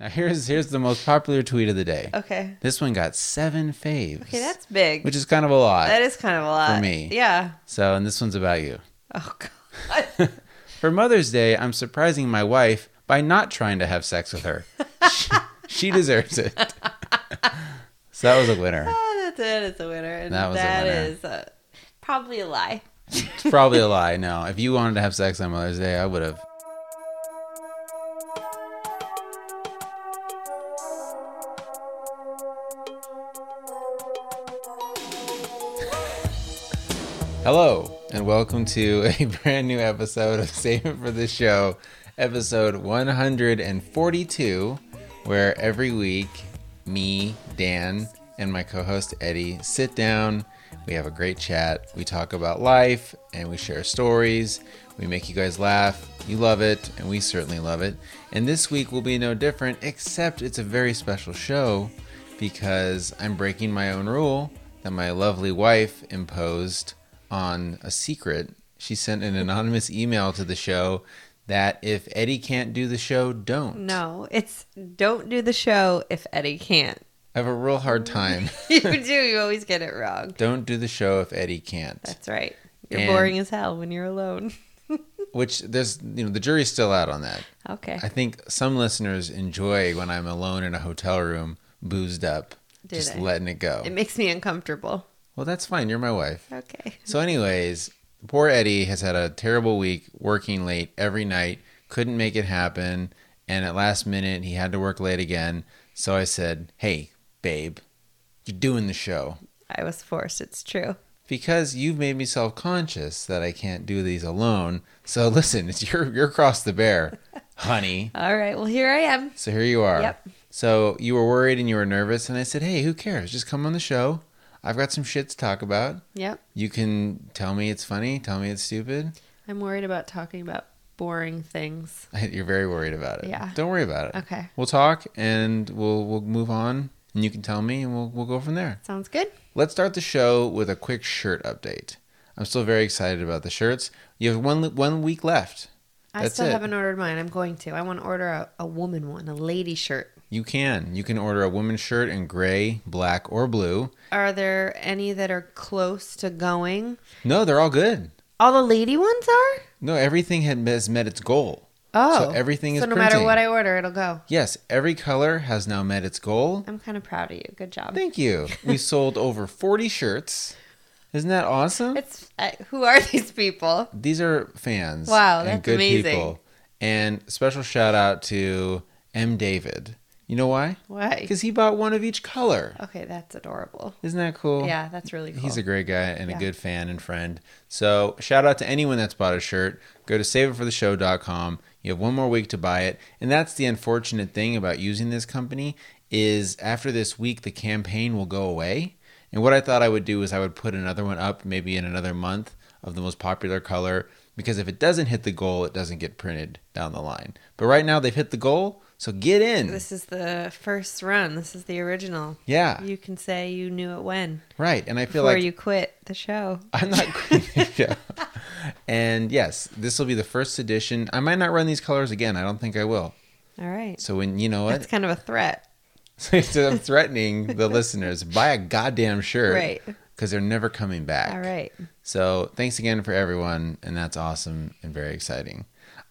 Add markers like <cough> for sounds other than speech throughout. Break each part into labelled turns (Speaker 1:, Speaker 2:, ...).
Speaker 1: Now here's here's the most popular tweet of the day.
Speaker 2: Okay.
Speaker 1: This one got seven faves.
Speaker 2: Okay, that's big.
Speaker 1: which is kind of a lot.
Speaker 2: that is kind of a lot.
Speaker 1: me.
Speaker 2: Yeah.
Speaker 1: so, and this one's about you.
Speaker 2: Oh god. <laughs>
Speaker 1: For Mother's Day, I'm surprising my wife by not trying to have sex with
Speaker 2: <laughs>
Speaker 1: her. she, she deserves it. <laughs> so that was a winner.
Speaker 2: oh, that's, that is a winner. And
Speaker 1: That was a
Speaker 2: that
Speaker 1: winner.
Speaker 2: is, uh, probably a lie.
Speaker 1: It's probably a lie. No, if you wanted to have sex on Mother's Day, I would have. Hello, and welcome to a <laughs> brand new episode of Save It for the Show, episode 142, where every week, me, Dan, and my co host Eddie sit down. We have a great chat. We talk about life and we share stories. We make you guys laugh. You love it, and we certainly love it. And this week will be no different, except it's a very special show because I'm breaking my own rule that my lovely wife imposed on a secret. She sent an anonymous email to the show that if Eddie can't do the show, don't.
Speaker 2: No, it's don't do the show if Eddie can't. <laughs>
Speaker 1: I have a real hard time. <laughs>
Speaker 2: you do. You always get it wrong.
Speaker 1: don't do the show if Eddie can't.
Speaker 2: That's right. You're
Speaker 1: And-
Speaker 2: boring as hell when you're alone. <laughs>
Speaker 1: Which there's, you know, the jury's still out on that.
Speaker 2: Okay.
Speaker 1: I think some listeners enjoy when I'm alone in a hotel room, boozed up,
Speaker 2: Do
Speaker 1: just
Speaker 2: they?
Speaker 1: letting it go.
Speaker 2: It makes me uncomfortable.
Speaker 1: well, that's fine. You're my wife.
Speaker 2: Okay.
Speaker 1: So, anyways, poor Eddie has had a terrible week, working late every night, couldn't make it happen, and at last minute he had to work late again. So I said, "Hey, babe, you're doing the show
Speaker 2: I was forced. It's true.
Speaker 1: because you've made me self-conscious that I can't do these alone. So <laughs> listen, it's you're you're across the bear, honey."
Speaker 2: All right. Well, here I am.
Speaker 1: So here you are.
Speaker 2: Yep.
Speaker 1: So you were worried and you were nervous, and I said, "Hey, who cares? Just come on the show. I've got some shit to talk about.
Speaker 2: Yep.
Speaker 1: You can tell me it's funny, tell me it's stupid.
Speaker 2: I'm worried about talking about boring things.
Speaker 1: You're very worried about it.
Speaker 2: Yeah.
Speaker 1: Don't worry about it.
Speaker 2: Okay.
Speaker 1: We'll talk and we'll we'll move on, and you can tell me, and we'll we'll go from there.
Speaker 2: Sounds good.
Speaker 1: Let's start the show with a quick shirt update. I'm still very excited about the shirts. You have one one week left.
Speaker 2: I
Speaker 1: That's
Speaker 2: still
Speaker 1: it.
Speaker 2: haven't ordered mine. I'm going to. I want to order a, a woman one, a lady shirt.
Speaker 1: You can you can order a women's shirt in gray, black, or blue.
Speaker 2: Are there any that are close to going?
Speaker 1: No, they're all good.
Speaker 2: All the lady ones are?
Speaker 1: No, everything had- has met its goal.
Speaker 2: Oh.
Speaker 1: So everything is
Speaker 2: So no matter
Speaker 1: printing.
Speaker 2: what I order, it'll go.
Speaker 1: Yes, every color has now met its goal.
Speaker 2: I'm kind of proud of you. Good job.
Speaker 1: Thank
Speaker 2: <laughs>
Speaker 1: you. We sold over 40 shirts. Isn't that awesome?
Speaker 2: It's uh, who are <laughs> these people?
Speaker 1: These are fans.
Speaker 2: Wow, that's amazing.
Speaker 1: And special shout out to M. David. You know why?
Speaker 2: Why?
Speaker 1: Because he bought one of each color.
Speaker 2: Okay, that's adorable.
Speaker 1: Isn't that cool?
Speaker 2: Yeah, that's really cool.
Speaker 1: Oh, He's a great guy and a
Speaker 2: Yeah.
Speaker 1: good fan and friend. So shout out to anyone that's bought a shirt. Go to saveitfortheshow.com. You have one more week to buy it. And that's the unfortunate thing about using this company is after this week the campaign will go away. And what I thought I would do is I would put another one up maybe in another month of the most popular color because if it doesn't hit the goal, it doesn't get printed down the line. But right now they've hit the goal, so get in.
Speaker 2: This is the first run. This is the original.
Speaker 1: yeah,
Speaker 2: You can say you knew it when
Speaker 1: right. And I feel
Speaker 2: before
Speaker 1: like
Speaker 2: you quit the show.
Speaker 1: I'm not <laughs> quitting the show. And yes, this will be the first edition. I might not run these colors again. I don't think I will.
Speaker 2: All right.
Speaker 1: So when you know
Speaker 2: That's
Speaker 1: what,
Speaker 2: kind of a threat.
Speaker 1: <laughs> so I'm threatening the listeners buy a goddamn shirt,
Speaker 2: Right.
Speaker 1: Because they're never coming back.
Speaker 2: All right.
Speaker 1: So thanks again for everyone, and that's awesome and very exciting.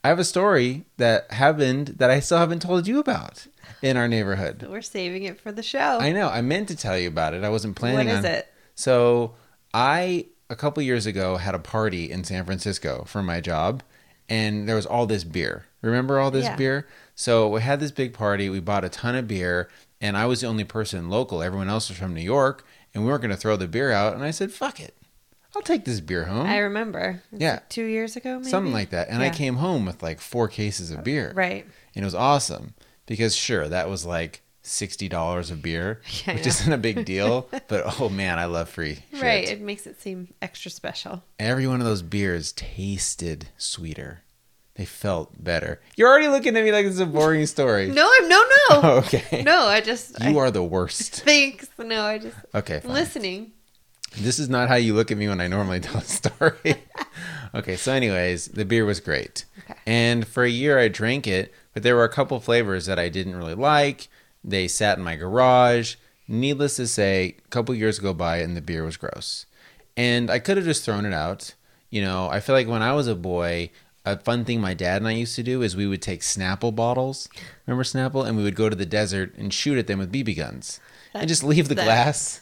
Speaker 1: I have a story that happened that I still haven't told you about in our neighborhood.
Speaker 2: We're saving it for the show.
Speaker 1: I know. I meant to tell you about it. I wasn't
Speaker 2: what
Speaker 1: planning
Speaker 2: is
Speaker 1: on
Speaker 2: it?
Speaker 1: So I a couple years ago had a party in San Francisco for my job, and there was all this beer. Remember all this
Speaker 2: Yeah.
Speaker 1: beer? So we had this big party. We bought a ton of beer, and I was the only person local. Everyone else was from New York, and we weren't going to throw the beer out. And I said, "Fuck it, I'll take this beer home."
Speaker 2: I remember. It's
Speaker 1: Yeah.
Speaker 2: like two years ago, maybe?
Speaker 1: Something like that. And I
Speaker 2: Yeah.
Speaker 1: came home with like four cases of beer.
Speaker 2: Right.
Speaker 1: And it was awesome because sure, that was like sixty dollars of beer,
Speaker 2: <laughs> Yeah,
Speaker 1: which
Speaker 2: yeah.
Speaker 1: isn't a
Speaker 2: <laughs>
Speaker 1: big deal. but oh man, I love free. Shit.
Speaker 2: Right. It makes it seem extra special.
Speaker 1: Every one of those beers tasted sweeter. They felt better. You're already looking at me like this is a boring story.
Speaker 2: <laughs> No, I'm no, no.
Speaker 1: <laughs> Okay.
Speaker 2: No, I just.
Speaker 1: You
Speaker 2: I,
Speaker 1: are the worst.
Speaker 2: <laughs> Thanks. No, I just. <laughs>
Speaker 1: Okay,
Speaker 2: I'm
Speaker 1: fine.
Speaker 2: listening.
Speaker 1: This is not how you look at me when I normally tell a
Speaker 2: <laughs>
Speaker 1: story. okay, so anyways, the beer was great.
Speaker 2: Okay.
Speaker 1: And for a year I drank it, But there were a couple flavors that I didn't really like. They sat in my garage. Needless to say, a couple years go by and the beer was gross. And I could have just thrown it out. You know, I feel like when I was a boy, a fun thing my dad and I used to do is we would take Snapple bottles. Remember Snapple? And we would go to the desert and shoot at them with BB guns and just leave the
Speaker 2: that- <laughs>
Speaker 1: glass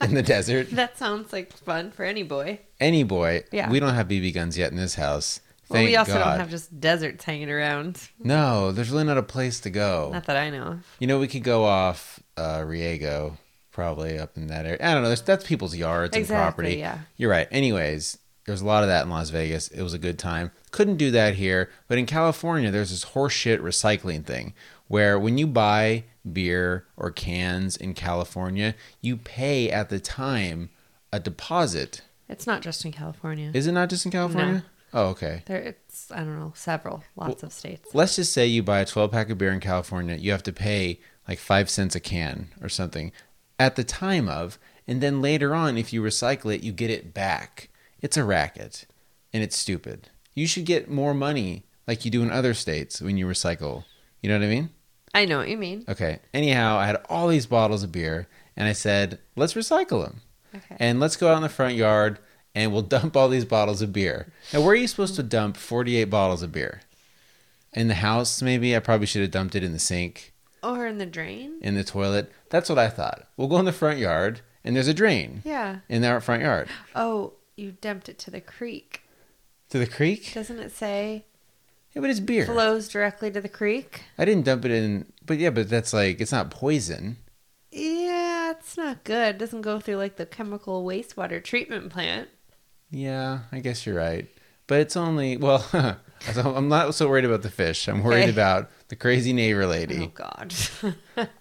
Speaker 1: in the desert
Speaker 2: That sounds like fun for any boy.
Speaker 1: any boy.
Speaker 2: Yeah.
Speaker 1: We don't have BB guns yet in this house.
Speaker 2: Well,
Speaker 1: Thank
Speaker 2: we also
Speaker 1: God.
Speaker 2: don't have just deserts hanging around.
Speaker 1: no, there's really not a place to go.
Speaker 2: Not that I know of.
Speaker 1: You know, we could go off uh, Riego, probably up in that area. I don't know. That's, that's people's yards
Speaker 2: Exactly,
Speaker 1: and property.
Speaker 2: yeah.
Speaker 1: You're right. Anyways, there's a lot of that in Las Vegas. It was a good time. Couldn't do that here, but in California, there's this horseshit recycling thing where when you buy beer or cans in California, you pay at the time a deposit.
Speaker 2: It's not just in California.
Speaker 1: Is it not just in California? Oh, okay.
Speaker 2: there, it's I don't know, several, lots of states.
Speaker 1: let's just say you buy a 12 pack of beer in California, you have to pay like five cents a can or something at the time of, and then later on, if you recycle it, you get it back. It's a racket and it's stupid. You should get more money like you do in other states when you recycle. You know what I mean?
Speaker 2: I know what you mean.
Speaker 1: Okay. Anyhow, I had all these bottles of beer and I said, let's recycle them.
Speaker 2: Okay.
Speaker 1: And let's go out in the front yard and we'll <laughs> dump all these bottles of beer. Now, where are you supposed to dump 48 bottles of beer? In the house, maybe? I probably should have dumped it in the sink,
Speaker 2: Or in the drain?
Speaker 1: in the toilet. That's what I thought. We'll go in the front yard and there's a drain
Speaker 2: Yeah.
Speaker 1: in our front yard
Speaker 2: Oh, you dumped it to the creek.
Speaker 1: to the creek.
Speaker 2: Doesn't it say
Speaker 1: Yeah, but it's beer.
Speaker 2: flows directly to the creek?
Speaker 1: I didn't dump it in, but yeah, but that's like, it's not poison.
Speaker 2: Yeah, it's not good. It doesn't go through like the chemical wastewater treatment plant.
Speaker 1: Yeah, I guess you're right. But it's only, well, <laughs> I'm not so worried about the fish. I'm worried
Speaker 2: Okay.
Speaker 1: about the crazy neighbor lady.
Speaker 2: Oh God. <laughs>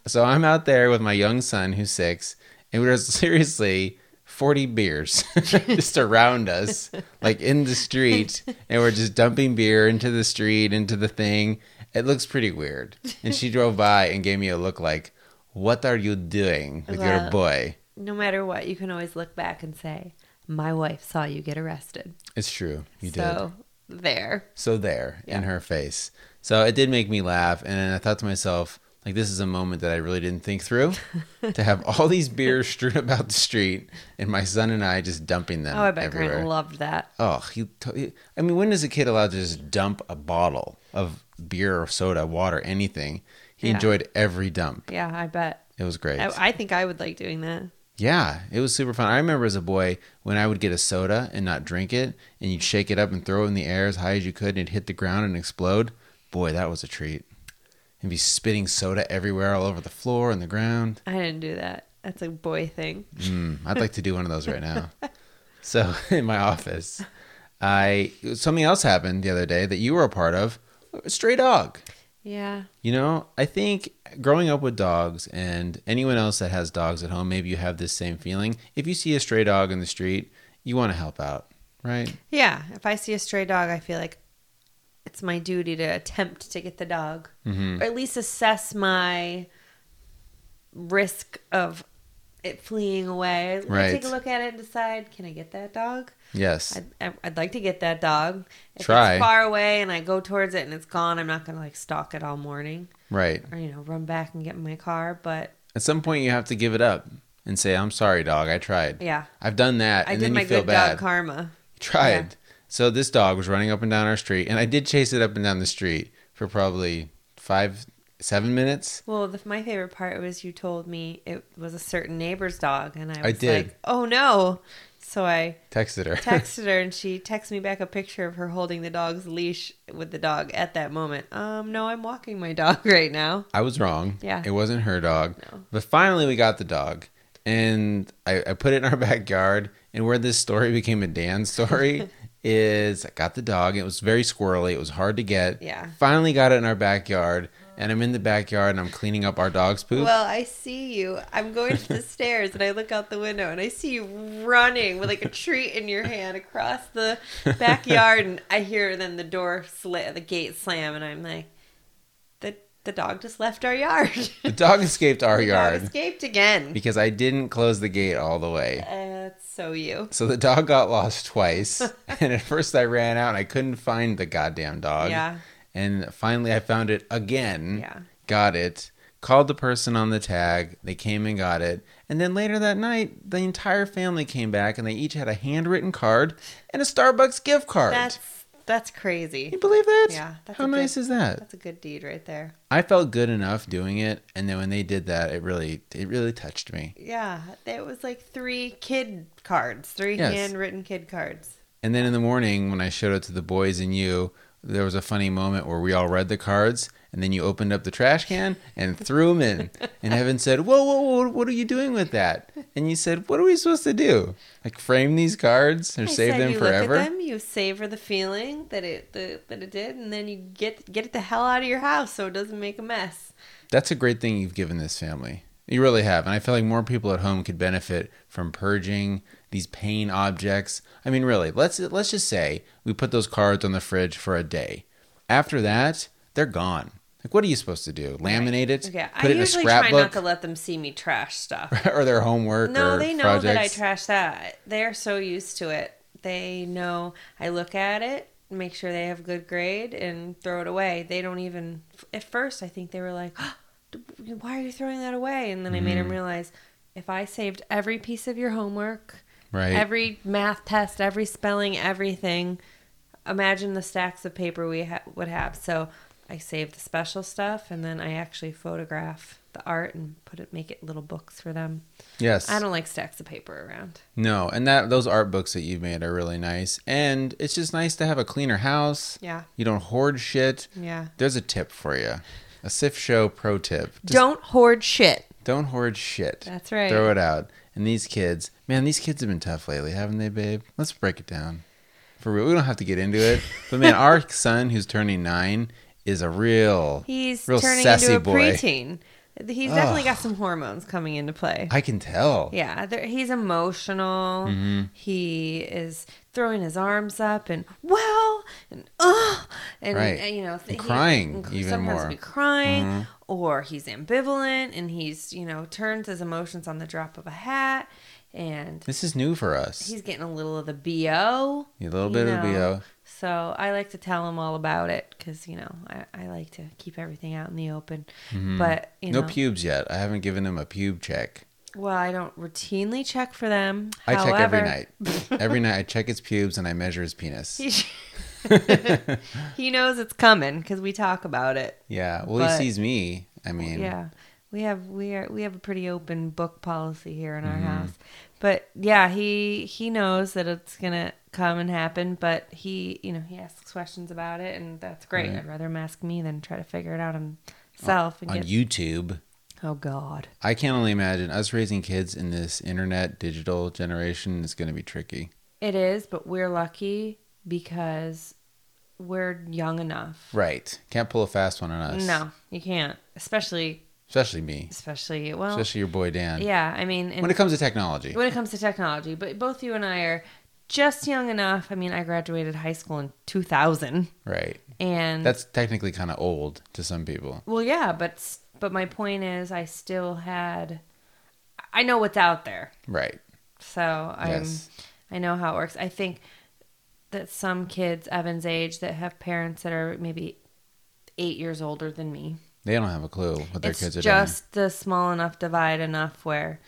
Speaker 1: So I'm out there with my young son who's six, and there's <laughs> seriously 40 beers <laughs> just around us, like in the street, and we're just dumping beer into the street, into the thing. It looks pretty weird. And she drove by and gave me a look like, What are you doing with your
Speaker 2: Well-
Speaker 1: boy?
Speaker 2: no matter what, you can always look back and say, "My wife saw you get arrested."
Speaker 1: It's true. You did.
Speaker 2: so there.
Speaker 1: so there in
Speaker 2: Yeah.
Speaker 1: her face. So it did make me laugh, and I thought to myself, like, this is a moment that I really didn't think
Speaker 2: <laughs>
Speaker 1: through. to have all these beers strewn about the street, and my son and I just dumping them
Speaker 2: Oh, I bet
Speaker 1: everywhere.
Speaker 2: Grant loved that.
Speaker 1: oh, he, to- he- I mean, when is a kid allowed to just dump a bottle of beer or soda, water, anything? He
Speaker 2: Yeah.
Speaker 1: enjoyed every dump.
Speaker 2: Yeah, I bet.
Speaker 1: It was great.
Speaker 2: I, I think I would like doing that.
Speaker 1: Yeah, it was super fun. I remember as a boy when I would get a soda and not drink it, and you'd shake it up and throw it in the air as high as you could, and it'd hit the ground and explode. Boy, that was a treat. And be spitting soda everywhere, all over the floor and the ground.
Speaker 2: I didn't do that. That's a boy thing.
Speaker 1: Mm, I'd like to do one of those right now. So <laughs> in my office, I something else happened the other day that you were a part of. A stray dog.
Speaker 2: Yeah.
Speaker 1: You know, I think growing up with dogs and anyone else that has dogs at home, maybe you have this same feeling. If you see a stray dog in the street, you want to help out, right?
Speaker 2: Yeah. If I see a stray dog, I feel like it's my duty to attempt to get the dog
Speaker 1: Mm-hmm.
Speaker 2: or at least assess my risk of it fleeing away. I'll
Speaker 1: Right.
Speaker 2: Take a look at it and decide can I get that dog?
Speaker 1: Yes.
Speaker 2: I'd, I- I'd like to get that dog. If
Speaker 1: Try.
Speaker 2: it's far away and I go towards it and it's gone, I'm not going to like stalk it all morning
Speaker 1: right.
Speaker 2: or, you know, run back and get in my car. But
Speaker 1: At some point, you have to give it up and say, I'm sorry, dog. I tried.
Speaker 2: yeah,
Speaker 1: I've done that.
Speaker 2: I
Speaker 1: and
Speaker 2: did
Speaker 1: then
Speaker 2: my
Speaker 1: you feel
Speaker 2: good
Speaker 1: bad.
Speaker 2: dog karma.
Speaker 1: tried. So this dog was running up and down our street, and I did chase it up and down the street for probably five, seven minutes.
Speaker 2: Well, the, my favorite part was you told me it was a certain neighbor's dog, and I was
Speaker 1: I did.
Speaker 2: like, "Oh no!" So I
Speaker 1: Texted her.
Speaker 2: texted her, and she texted me back a picture of her holding the dog's leash with the dog at that moment. Um, no, I'm walking my <laughs> dog right now.
Speaker 1: I was wrong.
Speaker 2: Yeah.
Speaker 1: It wasn't her dog.
Speaker 2: No.
Speaker 1: But finally, we got the dog. And I, I put it in our <laughs> backyard. And where this story became a Dan story
Speaker 2: <laughs>
Speaker 1: is I got the dog. It was very squirrely. It was hard to get.
Speaker 2: Yeah.
Speaker 1: Finally got it in our backyard. And I'm in the backyard and I'm cleaning up our dog's poop.
Speaker 2: Well, I see you. I'm going to the stairs, and I look out the window, and I see you running with like a treat in your hand across the backyard, and I hear then the door slam, the gate slam, and I'm like, "the the dog just left our yard." <laughs>
Speaker 1: the dog escaped our
Speaker 2: The dog
Speaker 1: yard
Speaker 2: escaped again.
Speaker 1: because I didn't close the gate all the way.
Speaker 2: That's so you.
Speaker 1: So the dog
Speaker 2: <laughs>
Speaker 1: got lost twice. and at first I ran out and I couldn't find the goddamn dog.
Speaker 2: Yeah.
Speaker 1: And finally, I found it again.
Speaker 2: Yeah.
Speaker 1: Got it. Called the person on the tag. They came and got it. And then later that night, the entire family came back and they each had a handwritten card and a Starbucks gift card.
Speaker 2: That's that's
Speaker 1: you
Speaker 2: crazy.
Speaker 1: believe that?
Speaker 2: Yeah, that's
Speaker 1: How
Speaker 2: a good-
Speaker 1: nice is that?
Speaker 2: That's a good deed right there.
Speaker 1: I felt good enough doing it, and then when they did that, it really, it really touched me.
Speaker 2: Yeah, it was like three kid cards, three
Speaker 1: Yes.
Speaker 2: handwritten kid cards.
Speaker 1: And then in the morning, when I showed it to the boys and you, there was a funny moment where we all read the cards, and then you opened up the trash can and threw them in. And Evan said, whoa, whoa, whoa, what are you doing with that? And you said, What are we supposed to do? Like, frame these cards or
Speaker 2: I
Speaker 1: save
Speaker 2: said
Speaker 1: them
Speaker 2: you
Speaker 1: forever?
Speaker 2: Look at them, you savor the feeling that it the, that it did, and then you get get it the hell out of your house so it doesn't make a mess.
Speaker 1: That's a great thing you've given this family. You really have. And I feel like more people at home could benefit from purging these pain objects. I mean, really, let's let's just say we put those cards on the fridge for a day. After that, they're gone. Like what are you supposed to do? Laminate it?
Speaker 2: Okay,
Speaker 1: Put
Speaker 2: I
Speaker 1: it in a
Speaker 2: usually try not
Speaker 1: scrapbook <laughs>
Speaker 2: to let them see me trash stuff.
Speaker 1: or their homework
Speaker 2: No,
Speaker 1: or
Speaker 2: they know
Speaker 1: projects.
Speaker 2: that I trash that. They're so used to it. They know I look at it, make sure they have a good grade, and throw it away. They don't even. At first, I think they were like, "Why are you throwing that away?" And then I made
Speaker 1: Mm-hmm.
Speaker 2: them realize if I saved every piece of your homework,
Speaker 1: Right.
Speaker 2: every math test, every spelling, everything, imagine the stacks of paper we ha- would have. So I save the special stuff, and then I actually photograph the art and put it make it little books for them.
Speaker 1: yes.
Speaker 2: I don't like stacks of paper around.
Speaker 1: No, and that those art books that you've made are really nice. And it's just nice to have a cleaner house.
Speaker 2: Yeah.
Speaker 1: You don't hoard shit.
Speaker 2: Yeah.
Speaker 1: There's a tip for you. A Sif Show pro tip. Just
Speaker 2: Don't hoard shit.
Speaker 1: Don't hoard shit.
Speaker 2: That's right.
Speaker 1: Throw it out. And these kids, man, these kids have been tough lately, haven't they, babe? Let's break it down. For real, we don't have to get into it. But man, our
Speaker 2: <laughs>
Speaker 1: son who's turning nine is a real,
Speaker 2: He's
Speaker 1: real
Speaker 2: turning
Speaker 1: sassy
Speaker 2: into a
Speaker 1: boy.
Speaker 2: preteen. He's definitely got some hormones coming into play.
Speaker 1: I can tell.
Speaker 2: Yeah, there, he's emotional.
Speaker 1: Mm-hmm.
Speaker 2: He is throwing his arms up and well and ugh and,
Speaker 1: Right.
Speaker 2: uh, you know
Speaker 1: And crying even
Speaker 2: sometimes
Speaker 1: more. Mm-hmm.
Speaker 2: be crying or he's ambivalent and he's you know turns his emotions on the drop of a hat and
Speaker 1: This is new for us.
Speaker 2: he's getting a little of the bo.
Speaker 1: A little
Speaker 2: you
Speaker 1: bit of
Speaker 2: know.
Speaker 1: BO.
Speaker 2: So I like to tell him all about it because you know I, I like to keep everything out in the open. But you
Speaker 1: Mm-hmm. No
Speaker 2: know,
Speaker 1: pubes yet. I haven't given him a pube check.
Speaker 2: well, I don't routinely check for them.
Speaker 1: I check every
Speaker 2: However, <laughs>
Speaker 1: night. every night I check his pubes and I measure his penis.
Speaker 2: He, <laughs>
Speaker 1: <laughs>
Speaker 2: he knows it's coming because we talk about it.
Speaker 1: Yeah. Well,
Speaker 2: But-
Speaker 1: he sees me. I mean,
Speaker 2: Yeah, we have we are we have a pretty open book policy here in our
Speaker 1: Mm-hmm.
Speaker 2: house, but yeah, he he knows that it's gonna come and happen, but he you know he asks questions about it, and that's great.
Speaker 1: Right.
Speaker 2: I'd rather him ask me than try to figure it out himself and
Speaker 1: on
Speaker 2: get
Speaker 1: YouTube.
Speaker 2: oh god.
Speaker 1: I can only imagine us raising kids in this internet digital generation is going to be tricky.
Speaker 2: It is, but we're lucky because we're young enough.
Speaker 1: Right. Can't pull a fast one on us.
Speaker 2: No, you can't. Especially,
Speaker 1: Especially me.
Speaker 2: especially well,
Speaker 1: Especially your boy Dan.
Speaker 2: yeah. I mean, and
Speaker 1: When it comes to technology.
Speaker 2: when it comes to technology, but both you and I are just young enough. I mean, I graduated high school in 2000,
Speaker 1: Right.
Speaker 2: and
Speaker 1: That's technically kind of old to some people.
Speaker 2: well, yeah. But s- but my point is, I still had. I know what's out there,
Speaker 1: Right.
Speaker 2: so I'm.
Speaker 1: Yes.
Speaker 2: I know how it works. I think that some kids Evan's age that have parents that are maybe eight years older than me.
Speaker 1: They don't have a clue what their
Speaker 2: it's
Speaker 1: kids are
Speaker 2: just the small enough divide enough where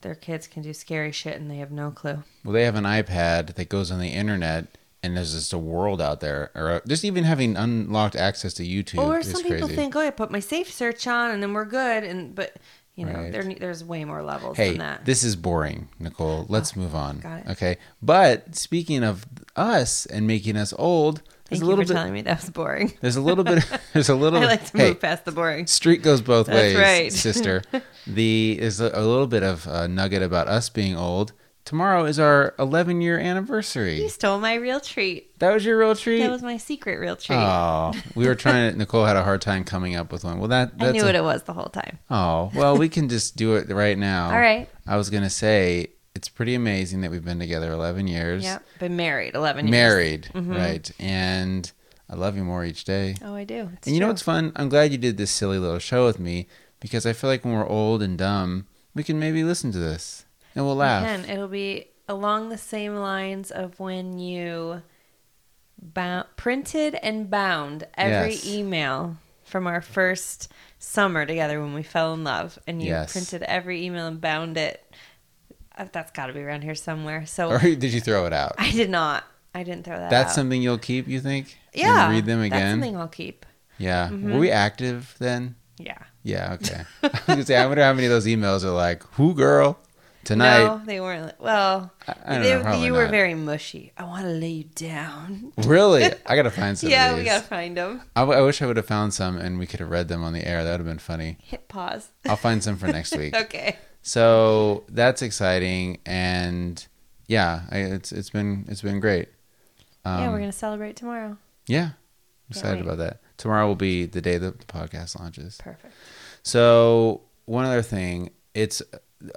Speaker 2: their kids can do scary shit and they have no clue.
Speaker 1: doing. Well, they have an iPad that goes on the internet and there's just a world out there or uh, just even having unlocked access to YouTube
Speaker 2: or
Speaker 1: is
Speaker 2: some
Speaker 1: crazy.
Speaker 2: people think, oh, I put my safe search on and then we're good. And but you know,
Speaker 1: Right.
Speaker 2: there there's way more levels
Speaker 1: Hey,
Speaker 2: than that. Ah,
Speaker 1: this is boring, Nicole. Let's move on.
Speaker 2: got it.
Speaker 1: Okay. But speaking of us and making us old, there's a
Speaker 2: Thank you for
Speaker 1: little bit.
Speaker 2: telling me that was boring. <laughs>
Speaker 1: There's a little bit. <laughs> There's a little.
Speaker 2: I like to
Speaker 1: hey,
Speaker 2: move past the boring.
Speaker 1: Street goes both
Speaker 2: That's
Speaker 1: ways,
Speaker 2: right.
Speaker 1: sister.
Speaker 2: <laughs>
Speaker 1: The is a, a little bit of a nugget about us being old. Tomorrow is our 11 year anniversary.
Speaker 2: You stole my real treat.
Speaker 1: That was your real treat.
Speaker 2: That was my secret real treat.
Speaker 1: Oh, we were
Speaker 2: <laughs>
Speaker 1: trying. to, Nicole had a hard time coming up with one. Well, that that's
Speaker 2: I knew
Speaker 1: a-
Speaker 2: what it was the whole time.
Speaker 1: Oh, well, we can just do it right now.
Speaker 2: All right.
Speaker 1: I was going to say it's pretty amazing that we've been together 11 years.
Speaker 2: Yep. Been married 11 years.
Speaker 1: Married, right? And I love you more each day.
Speaker 2: Oh, I do. It's
Speaker 1: and you know
Speaker 2: true.
Speaker 1: what's fun? I'm glad you did this silly little show with me because I feel like when we're old and dumb, we can maybe listen to this and we'll laugh.
Speaker 2: Again, it'll be along the same lines of when you bound, printed and bound every
Speaker 1: Yes.
Speaker 2: email from our first summer together when we fell in love, and you
Speaker 1: Yes.
Speaker 2: printed every email and bound it. Uh, That's got to be around here somewhere. So
Speaker 1: Or <laughs> did you throw it out?
Speaker 2: I did not. I didn't throw that.
Speaker 1: That's
Speaker 2: out.
Speaker 1: something you'll keep, you think? And
Speaker 2: yeah.
Speaker 1: read them
Speaker 2: That's
Speaker 1: again.
Speaker 2: something I'll keep.
Speaker 1: yeah. Were we active then?
Speaker 2: Yeah.
Speaker 1: Yeah,
Speaker 2: <laughs>
Speaker 1: okay. <laughs> I was gonna say, I wonder how many of those emails are like, who girl? Tonight.
Speaker 2: No, they weren't. Well,
Speaker 1: I- I don't
Speaker 2: they-
Speaker 1: know, probably
Speaker 2: you were
Speaker 1: not.
Speaker 2: very mushy. I want to lay you down.
Speaker 1: <laughs>
Speaker 2: <laughs>
Speaker 1: Really? I gotta find some
Speaker 2: yeah,
Speaker 1: of
Speaker 2: we
Speaker 1: these.
Speaker 2: gotta find them.
Speaker 1: I, w- I wish I would have found some and we could have read them on the air. That would have been
Speaker 2: <laughs>
Speaker 1: funny.
Speaker 2: Hit pause.
Speaker 1: I'll find some for next week.
Speaker 2: okay.
Speaker 1: So that's exciting, and yeah, I, it's it's been it's been great. Um,
Speaker 2: yeah, we're gonna celebrate tomorrow.
Speaker 1: yeah, I'm excited
Speaker 2: wait.
Speaker 1: about that. Tomorrow will be the day that the podcast launches.
Speaker 2: Perfect.
Speaker 1: So one other thing, it's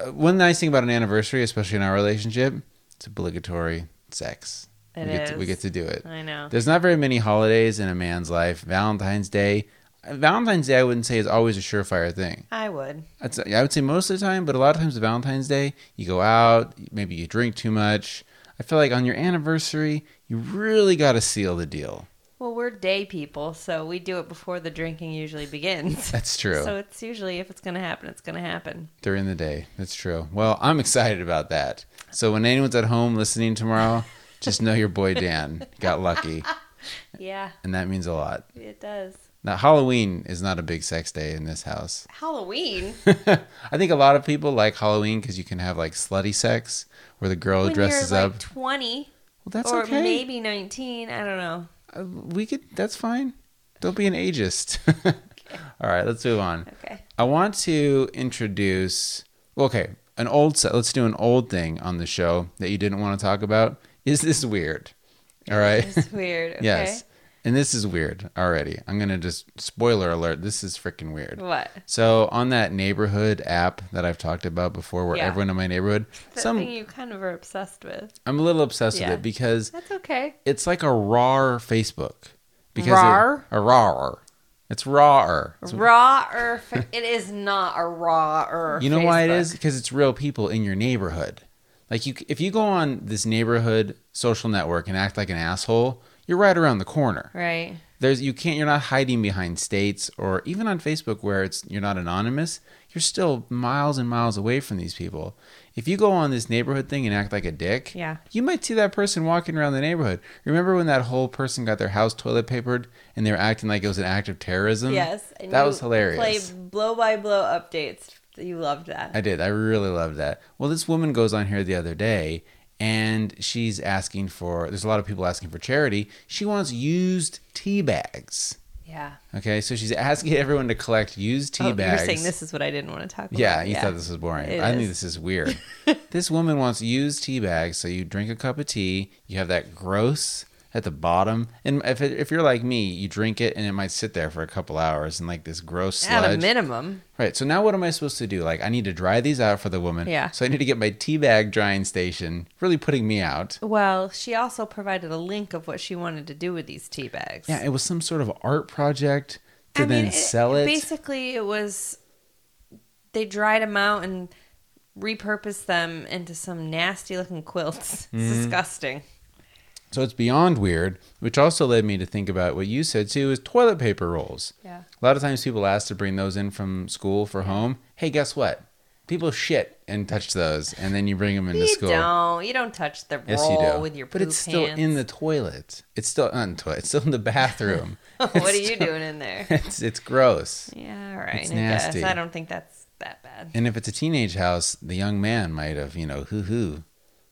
Speaker 1: uh, one nice thing about an anniversary, especially in our relationship, it's obligatory sex.
Speaker 2: It
Speaker 1: we get to, we
Speaker 2: is.
Speaker 1: get to do it.
Speaker 2: I know.
Speaker 1: There's not very many holidays in a man's life. Valentine's Day, Valentine's Day, I wouldn't say is always a surefire thing.
Speaker 2: I would.
Speaker 1: I'd say, I would say most of the time, but a lot of times with Valentine's Day, you go out, maybe you drink too much. I feel like on your anniversary, you really got to seal the deal.
Speaker 2: Well, we're day people, so we do it before the drinking usually begins.
Speaker 1: That's true.
Speaker 2: So it's usually if it's gonna happen, it's gonna happen.
Speaker 1: During the day, that's true. Well, I'm excited about that. So when anyone's at home listening tomorrow, just know your boy Dan got lucky,
Speaker 2: Yeah,
Speaker 1: and that means a lot.
Speaker 2: it does.
Speaker 1: Now, Halloween is not a big sex day in this house.
Speaker 2: Halloween.
Speaker 1: <laughs> I think a lot of people like Halloween because you can have like slutty sex where the girl
Speaker 2: when
Speaker 1: dresses
Speaker 2: you're
Speaker 1: up.
Speaker 2: like twenty
Speaker 1: Well, that's
Speaker 2: or
Speaker 1: okay.
Speaker 2: maybe nineteen. I don't know.
Speaker 1: Uh, we could that's fine don't be an ageist <laughs> all right let's move on
Speaker 2: Okay.
Speaker 1: i want to introduce okay an old se- let's do an old thing on the show that you didn't want to talk about is this weird all right
Speaker 2: It's weird.
Speaker 1: <laughs>
Speaker 2: Okay.
Speaker 1: yes and this is weird already i'm gonna just spoiler alert this is freaking weird
Speaker 2: What?
Speaker 1: so on that neighborhood app that i've talked about before where
Speaker 2: Yeah.
Speaker 1: everyone in my neighborhood
Speaker 2: That thing
Speaker 1: some
Speaker 2: you kind of are obsessed with.
Speaker 1: i'm a little obsessed
Speaker 2: Yeah.
Speaker 1: with it because
Speaker 2: That's okay.
Speaker 1: it's like a raw Facebook because it-
Speaker 2: Rar?
Speaker 1: a raw. It's raw.
Speaker 2: Raw or it is not a raw or.
Speaker 1: You know why it is? Because it's real people in your neighborhood. Like you, if you go on this neighborhood social network and act like an asshole, you're right around the corner.
Speaker 2: Right.
Speaker 1: There's you can't. You're not hiding behind states or even on Facebook where it's you're not anonymous. You're still miles and miles away from these people. If you go on this neighborhood thing and act like a dick,
Speaker 2: Yeah.
Speaker 1: you might see that person walking around the neighborhood. Remember when that whole person got their house toilet papered and they were acting like it was an act of terrorism?
Speaker 2: Yes. and
Speaker 1: that
Speaker 2: you
Speaker 1: was hilarious.
Speaker 2: Play blow by blow updates. You loved that.
Speaker 1: I did. I really loved that. Well, this woman goes on here the other day and she's asking for there's a lot of people asking for charity. She wants used tea bags.
Speaker 2: yeah.
Speaker 1: Okay, so she's asking everyone to collect used tea
Speaker 2: Oh,
Speaker 1: bags.
Speaker 2: You're saying this is what I didn't want to talk about.
Speaker 1: Yeah, you thought this was boring.
Speaker 2: It
Speaker 1: I
Speaker 2: is.
Speaker 1: think this is
Speaker 2: <laughs>
Speaker 1: weird. this woman wants used tea bags, so you drink a cup of tea, you have that gross at the bottom, and if it, if you're like me, you drink it and it might sit there for a couple hours and like this gross sludge.
Speaker 2: At a minimum.
Speaker 1: Right. So now what am I supposed to do? Like I need to dry these out for the woman.
Speaker 2: Yeah.
Speaker 1: So I need to get my tea bag drying station, really putting me out.
Speaker 2: Well, she also provided a link of what she wanted to do with these tea bags.
Speaker 1: Yeah, it was some sort of art project to
Speaker 2: I
Speaker 1: then
Speaker 2: mean,
Speaker 1: sell it.
Speaker 2: Basically, it was they dried them out and repurposed them into some nasty looking quilts. <laughs>
Speaker 1: Mm-hmm.
Speaker 2: It's disgusting.
Speaker 1: So it's beyond weird, which also led me to think about what you said too is toilet paper rolls.
Speaker 2: Yeah.
Speaker 1: A lot of times people ask to bring those in from school for home. Hey, guess what? People shit and touch those, and then you bring them into
Speaker 2: You
Speaker 1: school.
Speaker 2: don't. You don't touch the roll
Speaker 1: Yes, you do.
Speaker 2: with your poop
Speaker 1: but it's still
Speaker 2: hands.
Speaker 1: in the toilet. It's still on the toilet. It's still in the
Speaker 2: <laughs>
Speaker 1: bathroom.
Speaker 2: what are you doing
Speaker 1: <laughs>
Speaker 2: in there?
Speaker 1: it's it's gross.
Speaker 2: Yeah, all right.
Speaker 1: It's
Speaker 2: I
Speaker 1: nasty.
Speaker 2: guess I don't think that's that bad.
Speaker 1: And if it's a teenage house, the young man might have, you know, hoo hoo,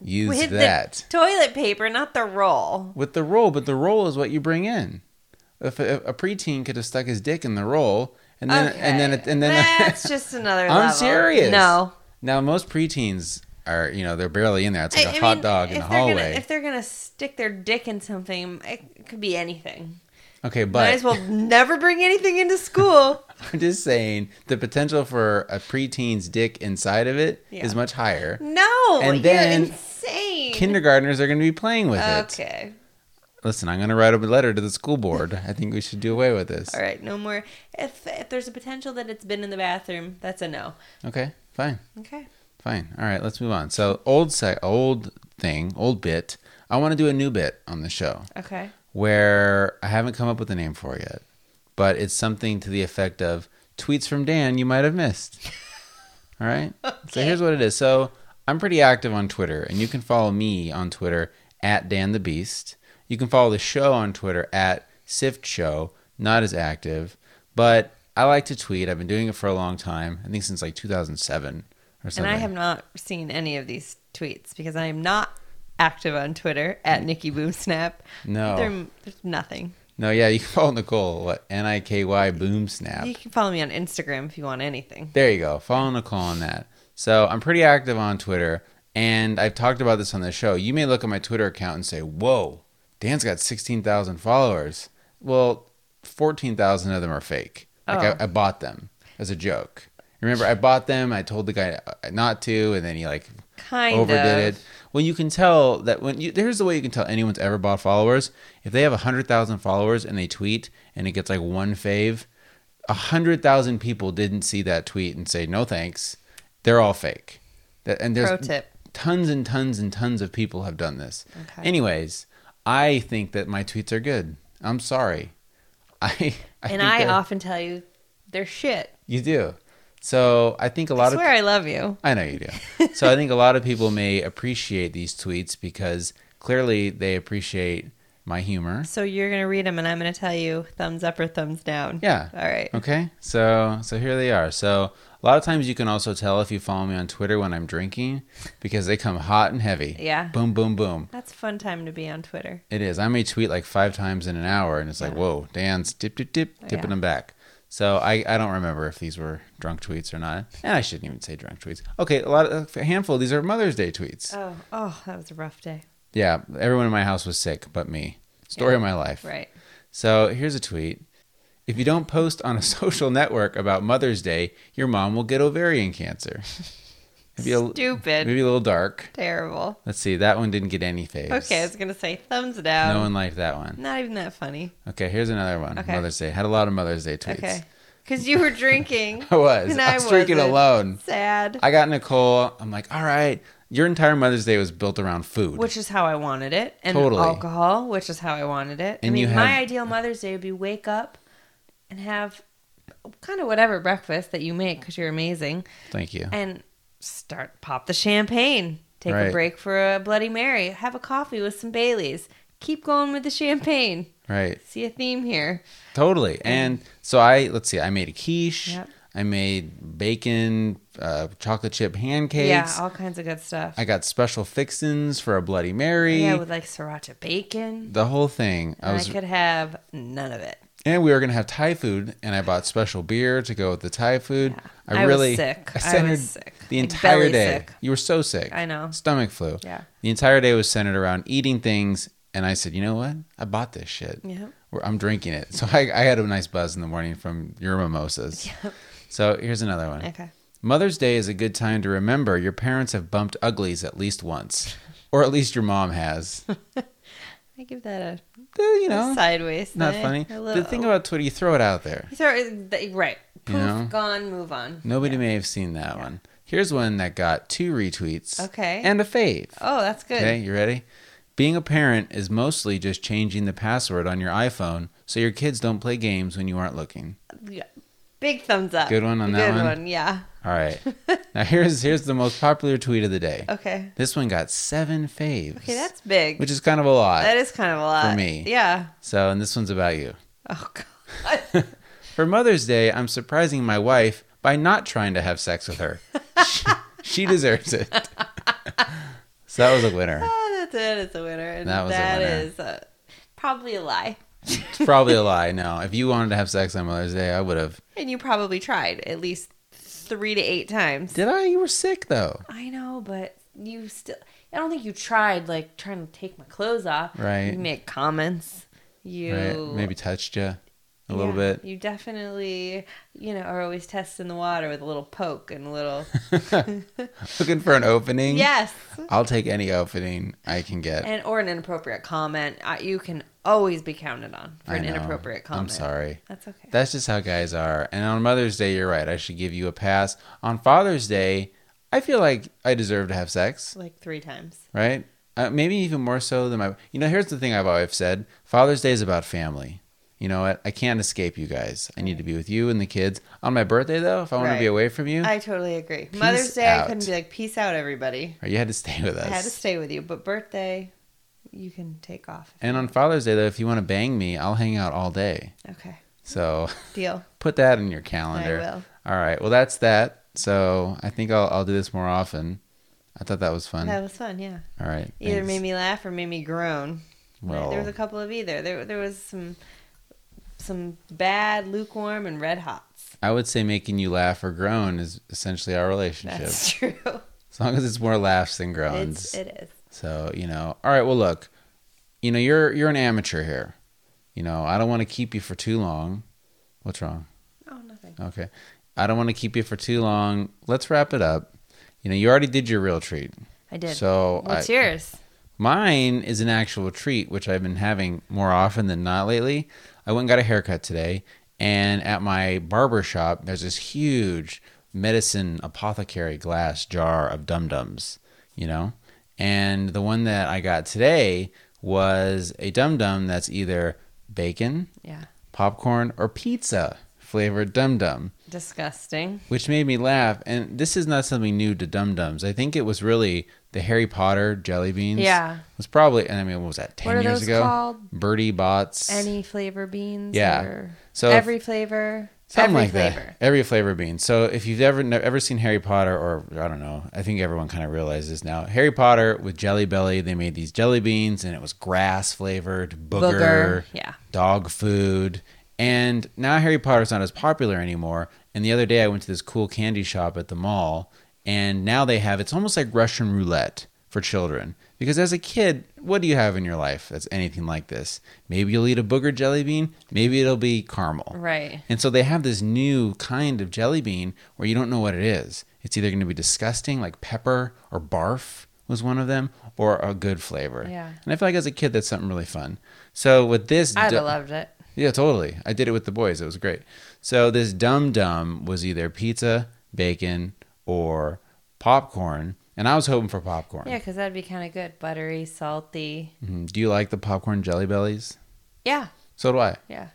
Speaker 1: used
Speaker 2: With the
Speaker 1: that
Speaker 2: toilet paper, not the roll.
Speaker 1: with the roll. But the roll is what you bring in. If a, a preteen could have stuck his dick in the roll, and then
Speaker 2: okay.
Speaker 1: and then it- and then
Speaker 2: that's just
Speaker 1: <laughs>
Speaker 2: another.
Speaker 1: I'm
Speaker 2: level.
Speaker 1: serious.
Speaker 2: No,
Speaker 1: Now most preteens are, you know, they're barely in there. It's like
Speaker 2: I-
Speaker 1: a
Speaker 2: I
Speaker 1: hot
Speaker 2: mean,
Speaker 1: dog in
Speaker 2: if
Speaker 1: the
Speaker 2: they're
Speaker 1: hallway.
Speaker 2: Gonna, if they're gonna stick their dick in something, it could be anything.
Speaker 1: okay,
Speaker 2: Might
Speaker 1: but
Speaker 2: as well never bring anything into school.
Speaker 1: I'm just saying the potential for a preteen's dick inside of it is
Speaker 2: Yeah.
Speaker 1: much higher.
Speaker 2: No,
Speaker 1: And
Speaker 2: you're
Speaker 1: then
Speaker 2: insane.
Speaker 1: Kindergartners are going to be playing with it.
Speaker 2: Okay,
Speaker 1: Listen, I'm going to write a letter to the school board. I think we should do away with this.
Speaker 2: all right, no more. If if there's a potential that it's been in the bathroom, that's a no.
Speaker 1: Okay, fine.
Speaker 2: Okay.
Speaker 1: Fine. All right, let's move on. So old se- old thing, old bit. I want to do a new bit on the show
Speaker 2: Okay.
Speaker 1: where I haven't come up with a name for it yet, but it's something to the effect of tweets from Dan you might have missed. All
Speaker 2: <laughs>
Speaker 1: right. So here's what it is. So I'm pretty active on Twitter, and you can follow me on Twitter at Dan the Beast. You can follow the show on Twitter at Sift Show. Not as active, but I like to tweet. I've been doing it for a long time. I think since like 2007 or
Speaker 2: And
Speaker 1: something.
Speaker 2: I have not seen any of these tweets because I am not active on Twitter at Nikki Boom Snap.
Speaker 1: No.
Speaker 2: There- there's nothing.
Speaker 1: No, yeah, you can follow Nicole. What N I K Y Boom Snap.
Speaker 2: You can follow me on Instagram if you want anything.
Speaker 1: There you go. Follow Nicole on that. So I'm pretty active on Twitter, and I've talked about this on the show. You may look at my Twitter account and say, "Whoa, Dan's got 16,000 followers." Well, 14,000 of them are fake. Like I, I bought them as a joke. Remember, I bought them. I told the guy uh, not to, and then he like
Speaker 2: Kind
Speaker 1: overdid
Speaker 2: of.
Speaker 1: it. Well, you can tell that when you, here's the way you can tell anyone's ever bought followers. If they have hundred thousand followers and they tweet and it gets like one fave, hundred thousand people didn't see that tweet and say no thanks. They're all fake. That- And there's
Speaker 2: Pro tip.
Speaker 1: tons and tons and tons of people have done this.
Speaker 2: Okay.
Speaker 1: Anyways, I think that my tweets are good. I'm sorry. <laughs> I, I
Speaker 2: and
Speaker 1: think
Speaker 2: I
Speaker 1: they're-
Speaker 2: often tell you they're shit.
Speaker 1: you do. So I think a lot
Speaker 2: I
Speaker 1: of
Speaker 2: swear I love you.
Speaker 1: I know you do. <laughs> so I think a lot of people may appreciate these tweets because clearly they appreciate my humor.
Speaker 2: So you're gonna read them, and I'm gonna tell you thumbs up or thumbs down.
Speaker 1: Yeah.
Speaker 2: All right.
Speaker 1: Okay. So so here they are. So a lot of times you can also tell if you follow me on Twitter when I'm drinking because they come hot and heavy.
Speaker 2: Yeah.
Speaker 1: Boom boom boom.
Speaker 2: That's a fun time to be on Twitter.
Speaker 1: It is. I may tweet like five times in an hour and it's like, whoa, Dan's dip dip dip tipping
Speaker 2: Oh, yeah.
Speaker 1: them back. So I, I don't remember if these were drunk tweets or not. And I shouldn't even say drunk tweets. Okay, a lot of a handful of these are Mother's Day tweets.
Speaker 2: Oh, oh, that was a rough day.
Speaker 1: Yeah, everyone in my house was sick but me. Story of my life.
Speaker 2: Right.
Speaker 1: So here's a tweet. If you don't post on a <laughs> social network about Mother's Day, your mom will get ovarian
Speaker 2: <laughs>
Speaker 1: cancer. Maybe a,
Speaker 2: Stupid.
Speaker 1: Maybe a little dark.
Speaker 2: Terrible.
Speaker 1: Let's see. That one didn't get any faves.
Speaker 2: Okay, I was gonna say thumbs down.
Speaker 1: No one liked that one.
Speaker 2: Not even that funny.
Speaker 1: Okay, here's another one.
Speaker 2: Okay.
Speaker 1: Mother's Day. Had a lot of Mother's Day tweets.
Speaker 2: Okay. Because you were drinking.
Speaker 1: <laughs> I was.
Speaker 2: And
Speaker 1: I
Speaker 2: I
Speaker 1: was drinking
Speaker 2: wasn't.
Speaker 1: alone.
Speaker 2: Sad.
Speaker 1: I got Nicole. I'm like, all right, your entire Mother's Day was built around food.
Speaker 2: which is how I wanted it, and
Speaker 1: Totally.
Speaker 2: alcohol, which is how I wanted it. I
Speaker 1: And
Speaker 2: mean,
Speaker 1: you
Speaker 2: my
Speaker 1: have-
Speaker 2: ideal Mother's Day would be wake up and have kind of whatever breakfast that you make because you're amazing,
Speaker 1: Thank you.
Speaker 2: and start pop the champagne, take
Speaker 1: Right.
Speaker 2: a break for a Bloody Mary, have a coffee with some Baileys, keep going with the champagne.
Speaker 1: Right.
Speaker 2: See a theme here.
Speaker 1: Totally. And so I let's see, I made a quiche.
Speaker 2: Yep.
Speaker 1: I made bacon, uh, chocolate chip
Speaker 2: Yeah,
Speaker 1: pancakes.
Speaker 2: all kinds of good stuff.
Speaker 1: I got special fixins for a Bloody Mary.
Speaker 2: yeah, with like sriracha bacon.
Speaker 1: the whole thing. I
Speaker 2: And
Speaker 1: was,
Speaker 2: I could have none of it.
Speaker 1: and we were gonna have Thai food, and I bought special beer to go with the Thai food. I,
Speaker 2: I was
Speaker 1: really
Speaker 2: sick.
Speaker 1: I
Speaker 2: I was
Speaker 1: centered
Speaker 2: sick.
Speaker 1: the
Speaker 2: Like,
Speaker 1: entire
Speaker 2: belly
Speaker 1: day.
Speaker 2: sick.
Speaker 1: You were so sick.
Speaker 2: I know.
Speaker 1: Stomach flu.
Speaker 2: Yeah.
Speaker 1: The entire day was centered around eating things, and I said, you know what? I bought this shit.
Speaker 2: Yeah.
Speaker 1: Or I'm drinking it. So <laughs> I, I had a nice buzz in the morning from your mimosas. Yeah. So here's another one.
Speaker 2: Okay.
Speaker 1: Mother's Day is a good time to remember your parents have bumped uglies at least once, or at least your mom
Speaker 2: <laughs>
Speaker 1: has. Uh,
Speaker 2: I give that a
Speaker 1: you know,
Speaker 2: sideways.
Speaker 1: not
Speaker 2: thing,
Speaker 1: funny.
Speaker 2: a
Speaker 1: The
Speaker 2: little-
Speaker 1: thing about Twitter, you throw it out there.
Speaker 2: You throw it- th- right. Poof,
Speaker 1: know?
Speaker 2: gone, move on.
Speaker 1: Nobody may have seen that one. Here's one that got two retweets.
Speaker 2: Okay.
Speaker 1: And a fave.
Speaker 2: Oh, that's good.
Speaker 1: Okay, you ready? Being a parent is mostly just changing the password on your iPhone so your kids don't play games when you aren't looking.
Speaker 2: Yeah. Big thumbs up.
Speaker 1: Good one on that
Speaker 2: Good
Speaker 1: one?
Speaker 2: yeah.
Speaker 1: All
Speaker 2: <laughs>
Speaker 1: right. now here's here's the most popular tweet of the day.
Speaker 2: Okay.
Speaker 1: This one got seven faves.
Speaker 2: Okay, that's big.
Speaker 1: which is kind of a lot.
Speaker 2: that is kind of a lot.
Speaker 1: me.
Speaker 2: Yeah.
Speaker 1: So, and this one's about you.
Speaker 2: Oh, <laughs> God.
Speaker 1: For Mother's Day, I'm surprising my wife by not trying to have sex with
Speaker 2: <laughs>
Speaker 1: her. she, she deserves it. <laughs> so that was a winner.
Speaker 2: oh, that's it. It's a winner. And
Speaker 1: That was a
Speaker 2: that
Speaker 1: winner.
Speaker 2: is, uh, probably a lie.
Speaker 1: It's probably a lie. No, if you wanted to have sex on Mother's Day, I would have.
Speaker 2: And you probably tried at least three to eight times.
Speaker 1: Did I? You were sick though.
Speaker 2: I know, but you still. I don't think you tried like trying to take my clothes off.
Speaker 1: Right.
Speaker 2: You make comments. You
Speaker 1: Right? Maybe touched you a little
Speaker 2: Yeah,
Speaker 1: bit.
Speaker 2: You definitely, you know, are always testing the water with a little poke and
Speaker 1: <laughs>
Speaker 2: a little
Speaker 1: Looking for an opening.
Speaker 2: yes,
Speaker 1: I'll take any opening I can get.
Speaker 2: and or an inappropriate comment. Uh, you can always be counted on for
Speaker 1: I
Speaker 2: an
Speaker 1: know.
Speaker 2: inappropriate
Speaker 1: I'm
Speaker 2: comment.
Speaker 1: sorry.
Speaker 2: That's okay.
Speaker 1: That's just how guys are. And on Mother's Day, you're right. I should give you a pass. On Father's Day, I feel like I deserve to have sex,
Speaker 2: like three times.
Speaker 1: right? uh, maybe even more so than my. You know, here's the thing I've always said: Father's Day is about family. You know what? I can't escape you guys. I need to be with you and the kids. On my birthday, though, if I want to be
Speaker 2: Right.
Speaker 1: away from you,
Speaker 2: I totally agree. Mother's Day, I couldn't
Speaker 1: out.
Speaker 2: be like, peace out, everybody.
Speaker 1: or you had to stay with us.
Speaker 2: I had to stay with you, but birthday, you can take off.
Speaker 1: and on Father's Day, though, if you want to bang me, I'll hang out all day.
Speaker 2: Okay,
Speaker 1: So <laughs>
Speaker 2: deal.
Speaker 1: put that in your calendar.
Speaker 2: I will.
Speaker 1: All right. Well, that's that. So I think I'll, I'll do this more often. I thought that was fun.
Speaker 2: That was fun, yeah.
Speaker 1: All right.
Speaker 2: Either
Speaker 1: thanks.
Speaker 2: made me laugh or made me groan.
Speaker 1: Well,
Speaker 2: there was a couple of either. There, there was some, some bad, lukewarm, and red hots.
Speaker 1: I would say making you laugh or groan is essentially our relationship.
Speaker 2: That's <laughs> true.
Speaker 1: As long as it's more laughs than groans.
Speaker 2: It's, it is.
Speaker 1: So you know, all right. Well, look, you know, you're you're an amateur here. You know, I don't want to keep you for too long. What's wrong?
Speaker 2: Oh, nothing.
Speaker 1: Okay, I don't want to keep you for too long. Let's wrap it up. You know, you already did your real treat.
Speaker 2: I did.
Speaker 1: So
Speaker 2: What's
Speaker 1: I-
Speaker 2: yours?
Speaker 1: Mine is an actual treat, which I've been having more often than not lately. I went and got a haircut today, and at my barber shop, there's this huge medicine apothecary glass jar of dum dums, you know? And the one that I got today was a dum dum that's either bacon,
Speaker 2: Yeah.
Speaker 1: popcorn, or pizza flavored dum dum
Speaker 2: Disgusting.
Speaker 1: which made me laugh. And this is not something new to Dum Dums. I think it was really the Harry Potter jelly beans.
Speaker 2: Yeah.
Speaker 1: was probably. And I mean, what was that? Ten
Speaker 2: What are
Speaker 1: years
Speaker 2: those
Speaker 1: ago.
Speaker 2: called?
Speaker 1: Birdie bots.
Speaker 2: Any flavor beans?
Speaker 1: Yeah.
Speaker 2: Or
Speaker 1: So if-
Speaker 2: every flavor.
Speaker 1: Something
Speaker 2: every
Speaker 1: like
Speaker 2: flavor.
Speaker 1: that. Every flavor bean. So if you've ever ne- ever seen Harry Potter, or I don't know, I think everyone kind of realizes now. Harry Potter with Jelly Belly, they made these jelly beans, and it was grass flavored, booger,
Speaker 2: Booger, yeah.
Speaker 1: dog food, and now Harry Potter's not as popular anymore. And the other day, I went to this cool candy shop at the mall, and now they have it's almost like Russian roulette for children. Because as a kid, what do you have in your life that's anything like this? Maybe you'll eat a booger jelly bean. Maybe it'll be caramel.
Speaker 2: Right.
Speaker 1: And so they have this new kind of jelly bean where you don't know what it is. It's either going to be disgusting, like pepper or barf was one of them, or a good flavor.
Speaker 2: Yeah.
Speaker 1: And I feel like as a kid, that's something really fun. So with this,
Speaker 2: I'd
Speaker 1: du-
Speaker 2: have loved it.
Speaker 1: yeah, totally. I did it with the boys. It was great. So this dum dum was either pizza, bacon, or popcorn, and I was hoping for popcorn.
Speaker 2: Yeah, because that'd be kind of good. Buttery, salty.
Speaker 1: Mhm. Do you like the popcorn jelly bellies?
Speaker 2: Yeah.
Speaker 1: So do I.
Speaker 2: Yeah.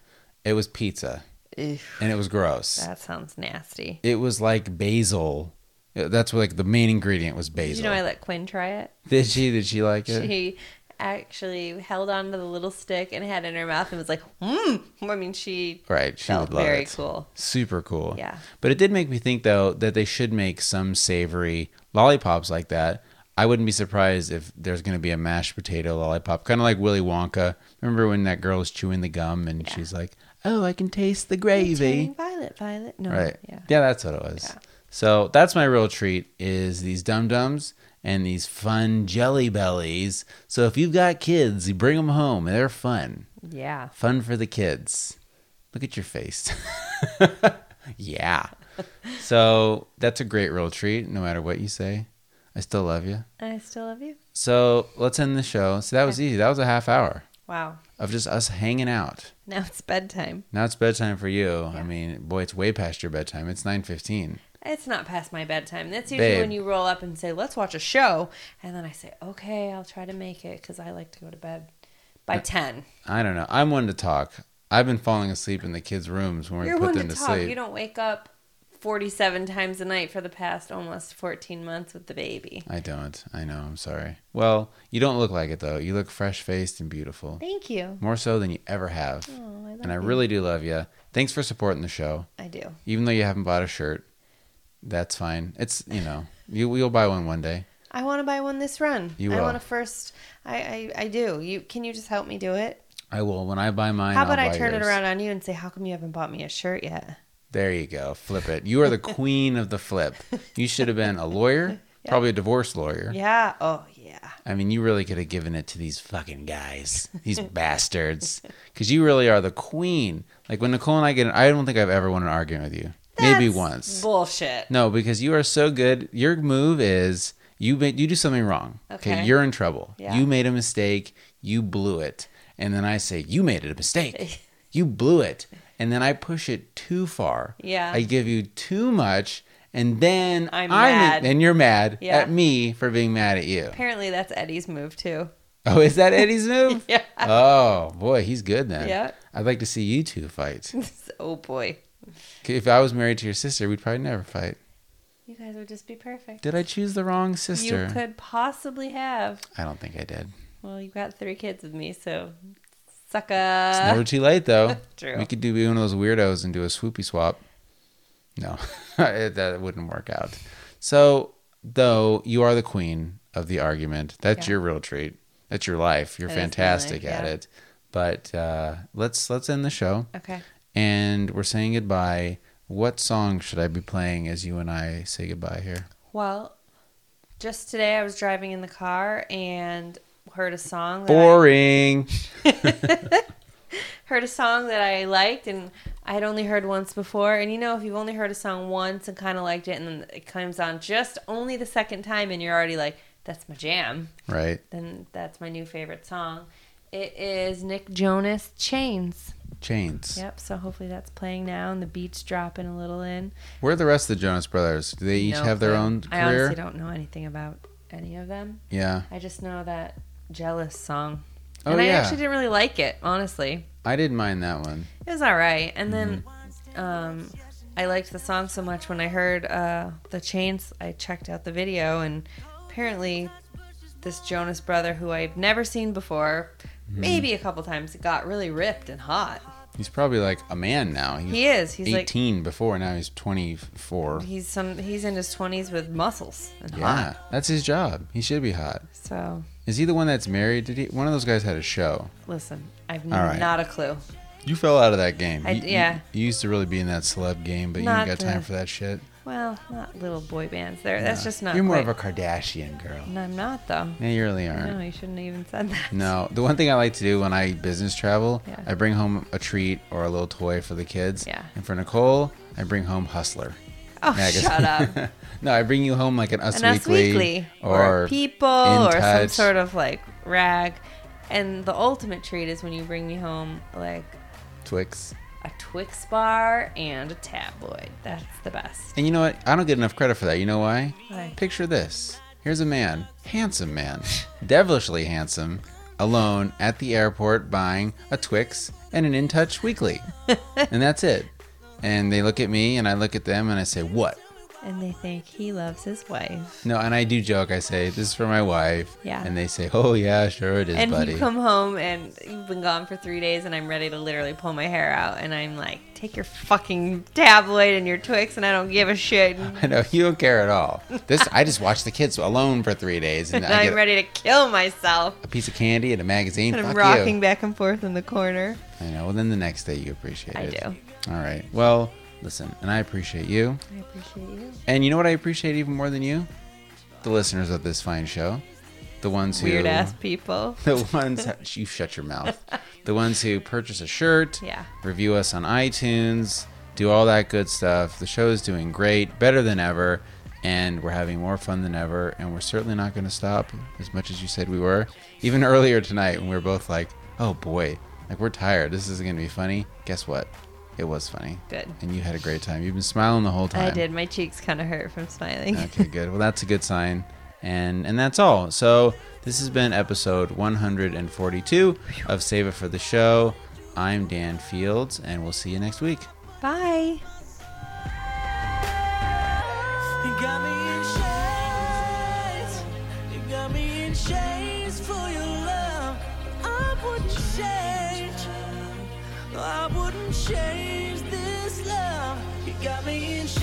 Speaker 1: It was pizza,
Speaker 2: Ew,
Speaker 1: and it was gross.
Speaker 2: that sounds nasty.
Speaker 1: it was like basil. That's like the main ingredient was
Speaker 2: Did
Speaker 1: basil.
Speaker 2: you know I let Quinn try it?
Speaker 1: did she? Did she like it?
Speaker 2: She actually held onto the little stick and had it in her mouth and was like, mmm. I mean, she
Speaker 1: right. She
Speaker 2: felt
Speaker 1: would love
Speaker 2: very
Speaker 1: it.
Speaker 2: cool.
Speaker 1: Super cool.
Speaker 2: Yeah.
Speaker 1: But it did make me think though that they should make some savory lollipops like that. I wouldn't be surprised if there's going to be a mashed potato lollipop, kind of like Willy Wonka. Remember when that girl was chewing the gum and she's like, "Oh, I can taste the gravy."
Speaker 2: Turning Violet, Violet. No.
Speaker 1: Right.
Speaker 2: Uh-huh. Yeah.
Speaker 1: that's what it was.
Speaker 2: Yeah.
Speaker 1: So that's my real treat is these dum dums and these fun jelly bellies. So if you've got kids, you bring them home. They're fun.
Speaker 2: Yeah.
Speaker 1: Fun for the kids. Look at your face. <laughs> yeah. So that's a great real treat. No matter what you say, I still love you.
Speaker 2: I still love you.
Speaker 1: So let's end the show. So that was easy. That was a half hour
Speaker 2: Wow.
Speaker 1: of just us hanging out.
Speaker 2: Now it's bedtime.
Speaker 1: Now it's bedtime for you. I mean, boy, it's way past your bedtime. It's nine fifteen.
Speaker 2: It's not past my bedtime. That's usually
Speaker 1: Babe.
Speaker 2: when you roll up and say, let's watch a show. And then I say, okay, I'll try to make it because I like to go to bed by 10.
Speaker 1: I don't know. I'm one to talk. I've been falling asleep in the kids' rooms when we
Speaker 2: You're
Speaker 1: put
Speaker 2: one to
Speaker 1: them to,
Speaker 2: talk.
Speaker 1: sleep.
Speaker 2: You don't wake up 47 times a night for the past almost 14 months with the baby.
Speaker 1: I don't. I know. I'm sorry. Well, you don't look like it though. You look fresh faced and beautiful,
Speaker 2: Thank you.
Speaker 1: more so than you ever have.
Speaker 2: Oh, I love
Speaker 1: and I
Speaker 2: you.
Speaker 1: really do love you. Thanks for supporting the show,
Speaker 2: I do.
Speaker 1: even though you haven't bought a shirt. That's fine. It's you know you you'll buy one one day.
Speaker 2: I want to buy one this run.
Speaker 1: You
Speaker 2: I
Speaker 1: will.
Speaker 2: want to first. I, I I do. You can you just help me do it?
Speaker 1: I will when I buy mine.
Speaker 2: How about
Speaker 1: I'll
Speaker 2: I
Speaker 1: buy
Speaker 2: turn it
Speaker 1: yours.
Speaker 2: around on you and say, how come you haven't bought me a shirt yet?
Speaker 1: There you go. Flip it. You are
Speaker 2: <laughs>
Speaker 1: the queen of the flip. You should have been a lawyer, probably a divorce lawyer.
Speaker 2: Yeah. Oh yeah.
Speaker 1: I mean, you really could have given it to these fucking guys, these <laughs> bastards, because you really are the queen. Like when Nicole and I get, in, I don't think I've ever won an argument with you. Maybe
Speaker 2: That's
Speaker 1: once.
Speaker 2: Bullshit.
Speaker 1: no, because you are so good. Your move is you made, you do something wrong.
Speaker 2: Okay.
Speaker 1: you're in trouble.
Speaker 2: Yeah.
Speaker 1: You made a mistake. You blew it, and then I say you made it a
Speaker 2: <laughs>
Speaker 1: mistake. you blew it, and then I push it too far.
Speaker 2: Yeah.
Speaker 1: I give you too much, and then
Speaker 2: I'm
Speaker 1: in-
Speaker 2: mad.
Speaker 1: and you're mad
Speaker 2: Yeah.
Speaker 1: at me for being mad at you.
Speaker 2: Apparently, that's Eddie's move too. <laughs>
Speaker 1: Oh, is that Eddie's move?
Speaker 2: Yeah.
Speaker 1: Oh boy, he's good then.
Speaker 2: Yeah.
Speaker 1: I'd like to see you two fight.
Speaker 2: oh boy,
Speaker 1: If I was married to your sister, we'd probably never fight.
Speaker 2: you guys would just be perfect.
Speaker 1: Did I choose the wrong sister?
Speaker 2: You could possibly have.
Speaker 1: I don't think I did.
Speaker 2: Well, you got three kids with me, so sucker.
Speaker 1: It's never too late though.
Speaker 2: Uh, <laughs> True.
Speaker 1: We could do be one of those weirdos and do a swoopy swap. No, <laughs> it- that wouldn't work out. So, though you are the queen of the argument, that's
Speaker 2: Yeah.
Speaker 1: your real treat. That's your life. You're
Speaker 2: That is my
Speaker 1: fantastic
Speaker 2: life,
Speaker 1: at
Speaker 2: yeah.
Speaker 1: it. But uh, let's let's end the show.
Speaker 2: okay.
Speaker 1: and we're saying goodbye. What song should I be playing as you and I say goodbye here?
Speaker 2: Well, just today I was driving in the car and heard a song. That I-
Speaker 1: Boring.
Speaker 2: heard a song that I liked and I had only heard once before. And you know, if you've only heard a song once and kind of liked it, and then it comes on just only the second time, and you're already like, "That's my jam,"
Speaker 1: Right.
Speaker 2: then that's my new favorite song. It is Nick Jonas Chains.
Speaker 1: Chains.
Speaker 2: Yep. So hopefully that's playing now, and the beats dropping a little in.
Speaker 1: Where are the rest of the Jonas Brothers? Do they each
Speaker 2: No
Speaker 1: have their
Speaker 2: clue.
Speaker 1: own
Speaker 2: I
Speaker 1: career?
Speaker 2: honestly don't know anything about any of them.
Speaker 1: Yeah.
Speaker 2: I just know that jealous song.
Speaker 1: Oh,
Speaker 2: and I
Speaker 1: yeah.
Speaker 2: actually didn't really like it, honestly.
Speaker 1: I didn't mind that one.
Speaker 2: It was all right. And then
Speaker 1: Mm-hmm.
Speaker 2: um, I liked the song so much when I heard uh, the chains, I checked out the video, and apparently this Jonas brother who I've never seen before,
Speaker 1: Mm-hmm.
Speaker 2: maybe a couple times, got really ripped and hot.
Speaker 1: He's probably like a man now. He was
Speaker 2: He is. He's like
Speaker 1: 18 before, now he's 24.
Speaker 2: he's some he's in his twenties with muscles and
Speaker 1: Yeah.
Speaker 2: hot.
Speaker 1: That's his job. He should be hot.
Speaker 2: So
Speaker 1: Is he the one that's married? Did he? One of those guys had a show.
Speaker 2: listen, I've
Speaker 1: All right.
Speaker 2: not a clue.
Speaker 1: You fell out of that game.
Speaker 2: I-
Speaker 1: You- you-
Speaker 2: yeah.
Speaker 1: You, used to really be in that celeb game, but
Speaker 2: Not
Speaker 1: you ain't got
Speaker 2: the-
Speaker 1: time for that shit.
Speaker 2: Well, not little boy bands there. That's just not.
Speaker 1: You're more
Speaker 2: quite-
Speaker 1: of a Kardashian girl.
Speaker 2: No, I'm not though.
Speaker 1: Yeah, you really aren't.
Speaker 2: No, you shouldn't have even said that.
Speaker 1: No, the one thing I like to do when I business travel,
Speaker 2: Yeah.
Speaker 1: I bring home a treat or a little toy for the kids.
Speaker 2: Yeah.
Speaker 1: And for Nicole, I bring home Hustler.
Speaker 2: <laughs> Oh,
Speaker 1: magazine.
Speaker 2: shut up.
Speaker 1: <laughs> no, I bring you home like an Us,
Speaker 2: an Us
Speaker 1: Weekly,
Speaker 2: Weekly
Speaker 1: or,
Speaker 2: or, People
Speaker 1: In
Speaker 2: or some
Speaker 1: Touch.
Speaker 2: sort of like rag. And the ultimate treat is when you bring me home like
Speaker 1: Twix.
Speaker 2: a Twix bar and a tabloid. That's the best.
Speaker 1: And you know what? I don't get enough credit for that. You know why?
Speaker 2: Why?
Speaker 1: Picture this. Here's a man, handsome man, <laughs> devilishly handsome, alone at the airport buying a Twix and an In Touch
Speaker 2: <laughs>
Speaker 1: Weekly. and that's it. And they look at me and I look at them and I say, What?
Speaker 2: And they think he loves his wife.
Speaker 1: No, and I do joke. I say, "This is for my wife."
Speaker 2: Yeah.
Speaker 1: And they say, "Oh yeah, sure it is,
Speaker 2: And
Speaker 1: buddy."
Speaker 2: you come home and you've been gone for three days, and I'm ready to literally pull my hair out. And I'm like, take your fucking tabloid and your Twix, and I don't give a shit. And
Speaker 1: <laughs> I know you don't care at all. This I just watched the kids alone for three days,
Speaker 2: <laughs>
Speaker 1: and I
Speaker 2: I'm
Speaker 1: get
Speaker 2: ready to kill myself.
Speaker 1: a piece of candy and a magazine.
Speaker 2: And I'm
Speaker 1: Fuck
Speaker 2: rocking
Speaker 1: you.
Speaker 2: back and forth in the corner.
Speaker 1: I know. Well, then the next day you appreciate
Speaker 2: I
Speaker 1: it.
Speaker 2: do.
Speaker 1: All right. Well, listen, and I appreciate you.
Speaker 2: I appreciate you.
Speaker 1: And you know what I appreciate even more than you? The listeners of this fine show, the ones who
Speaker 2: Weird ass people.
Speaker 1: <laughs> the ones you shut your mouth. The ones who purchase a shirt,
Speaker 2: Yeah.
Speaker 1: review us on iTunes, do all that good stuff. The show is doing great, better than ever, and we're having more fun than ever. And we're certainly not going to stop as much as you said we were. Even earlier tonight, when we were both like, "Oh boy, like we're tired. This isn't going to be funny." Guess what? It was funny.
Speaker 2: Good.
Speaker 1: And you had a great time. You've been smiling the whole time.
Speaker 2: I did. My cheeks kind of hurt from smiling.
Speaker 1: <laughs> Okay, good. Well, that's a good sign. And and that's all. So this has been episode 142 of Save It for the Show. I'm Dan Fields, and we'll see you next week.
Speaker 2: <laughs> Bye.
Speaker 3: You got me in chains. You got me in chains for your love. I wouldn't change. I wouldn't change this love. You got me in Oh, chains.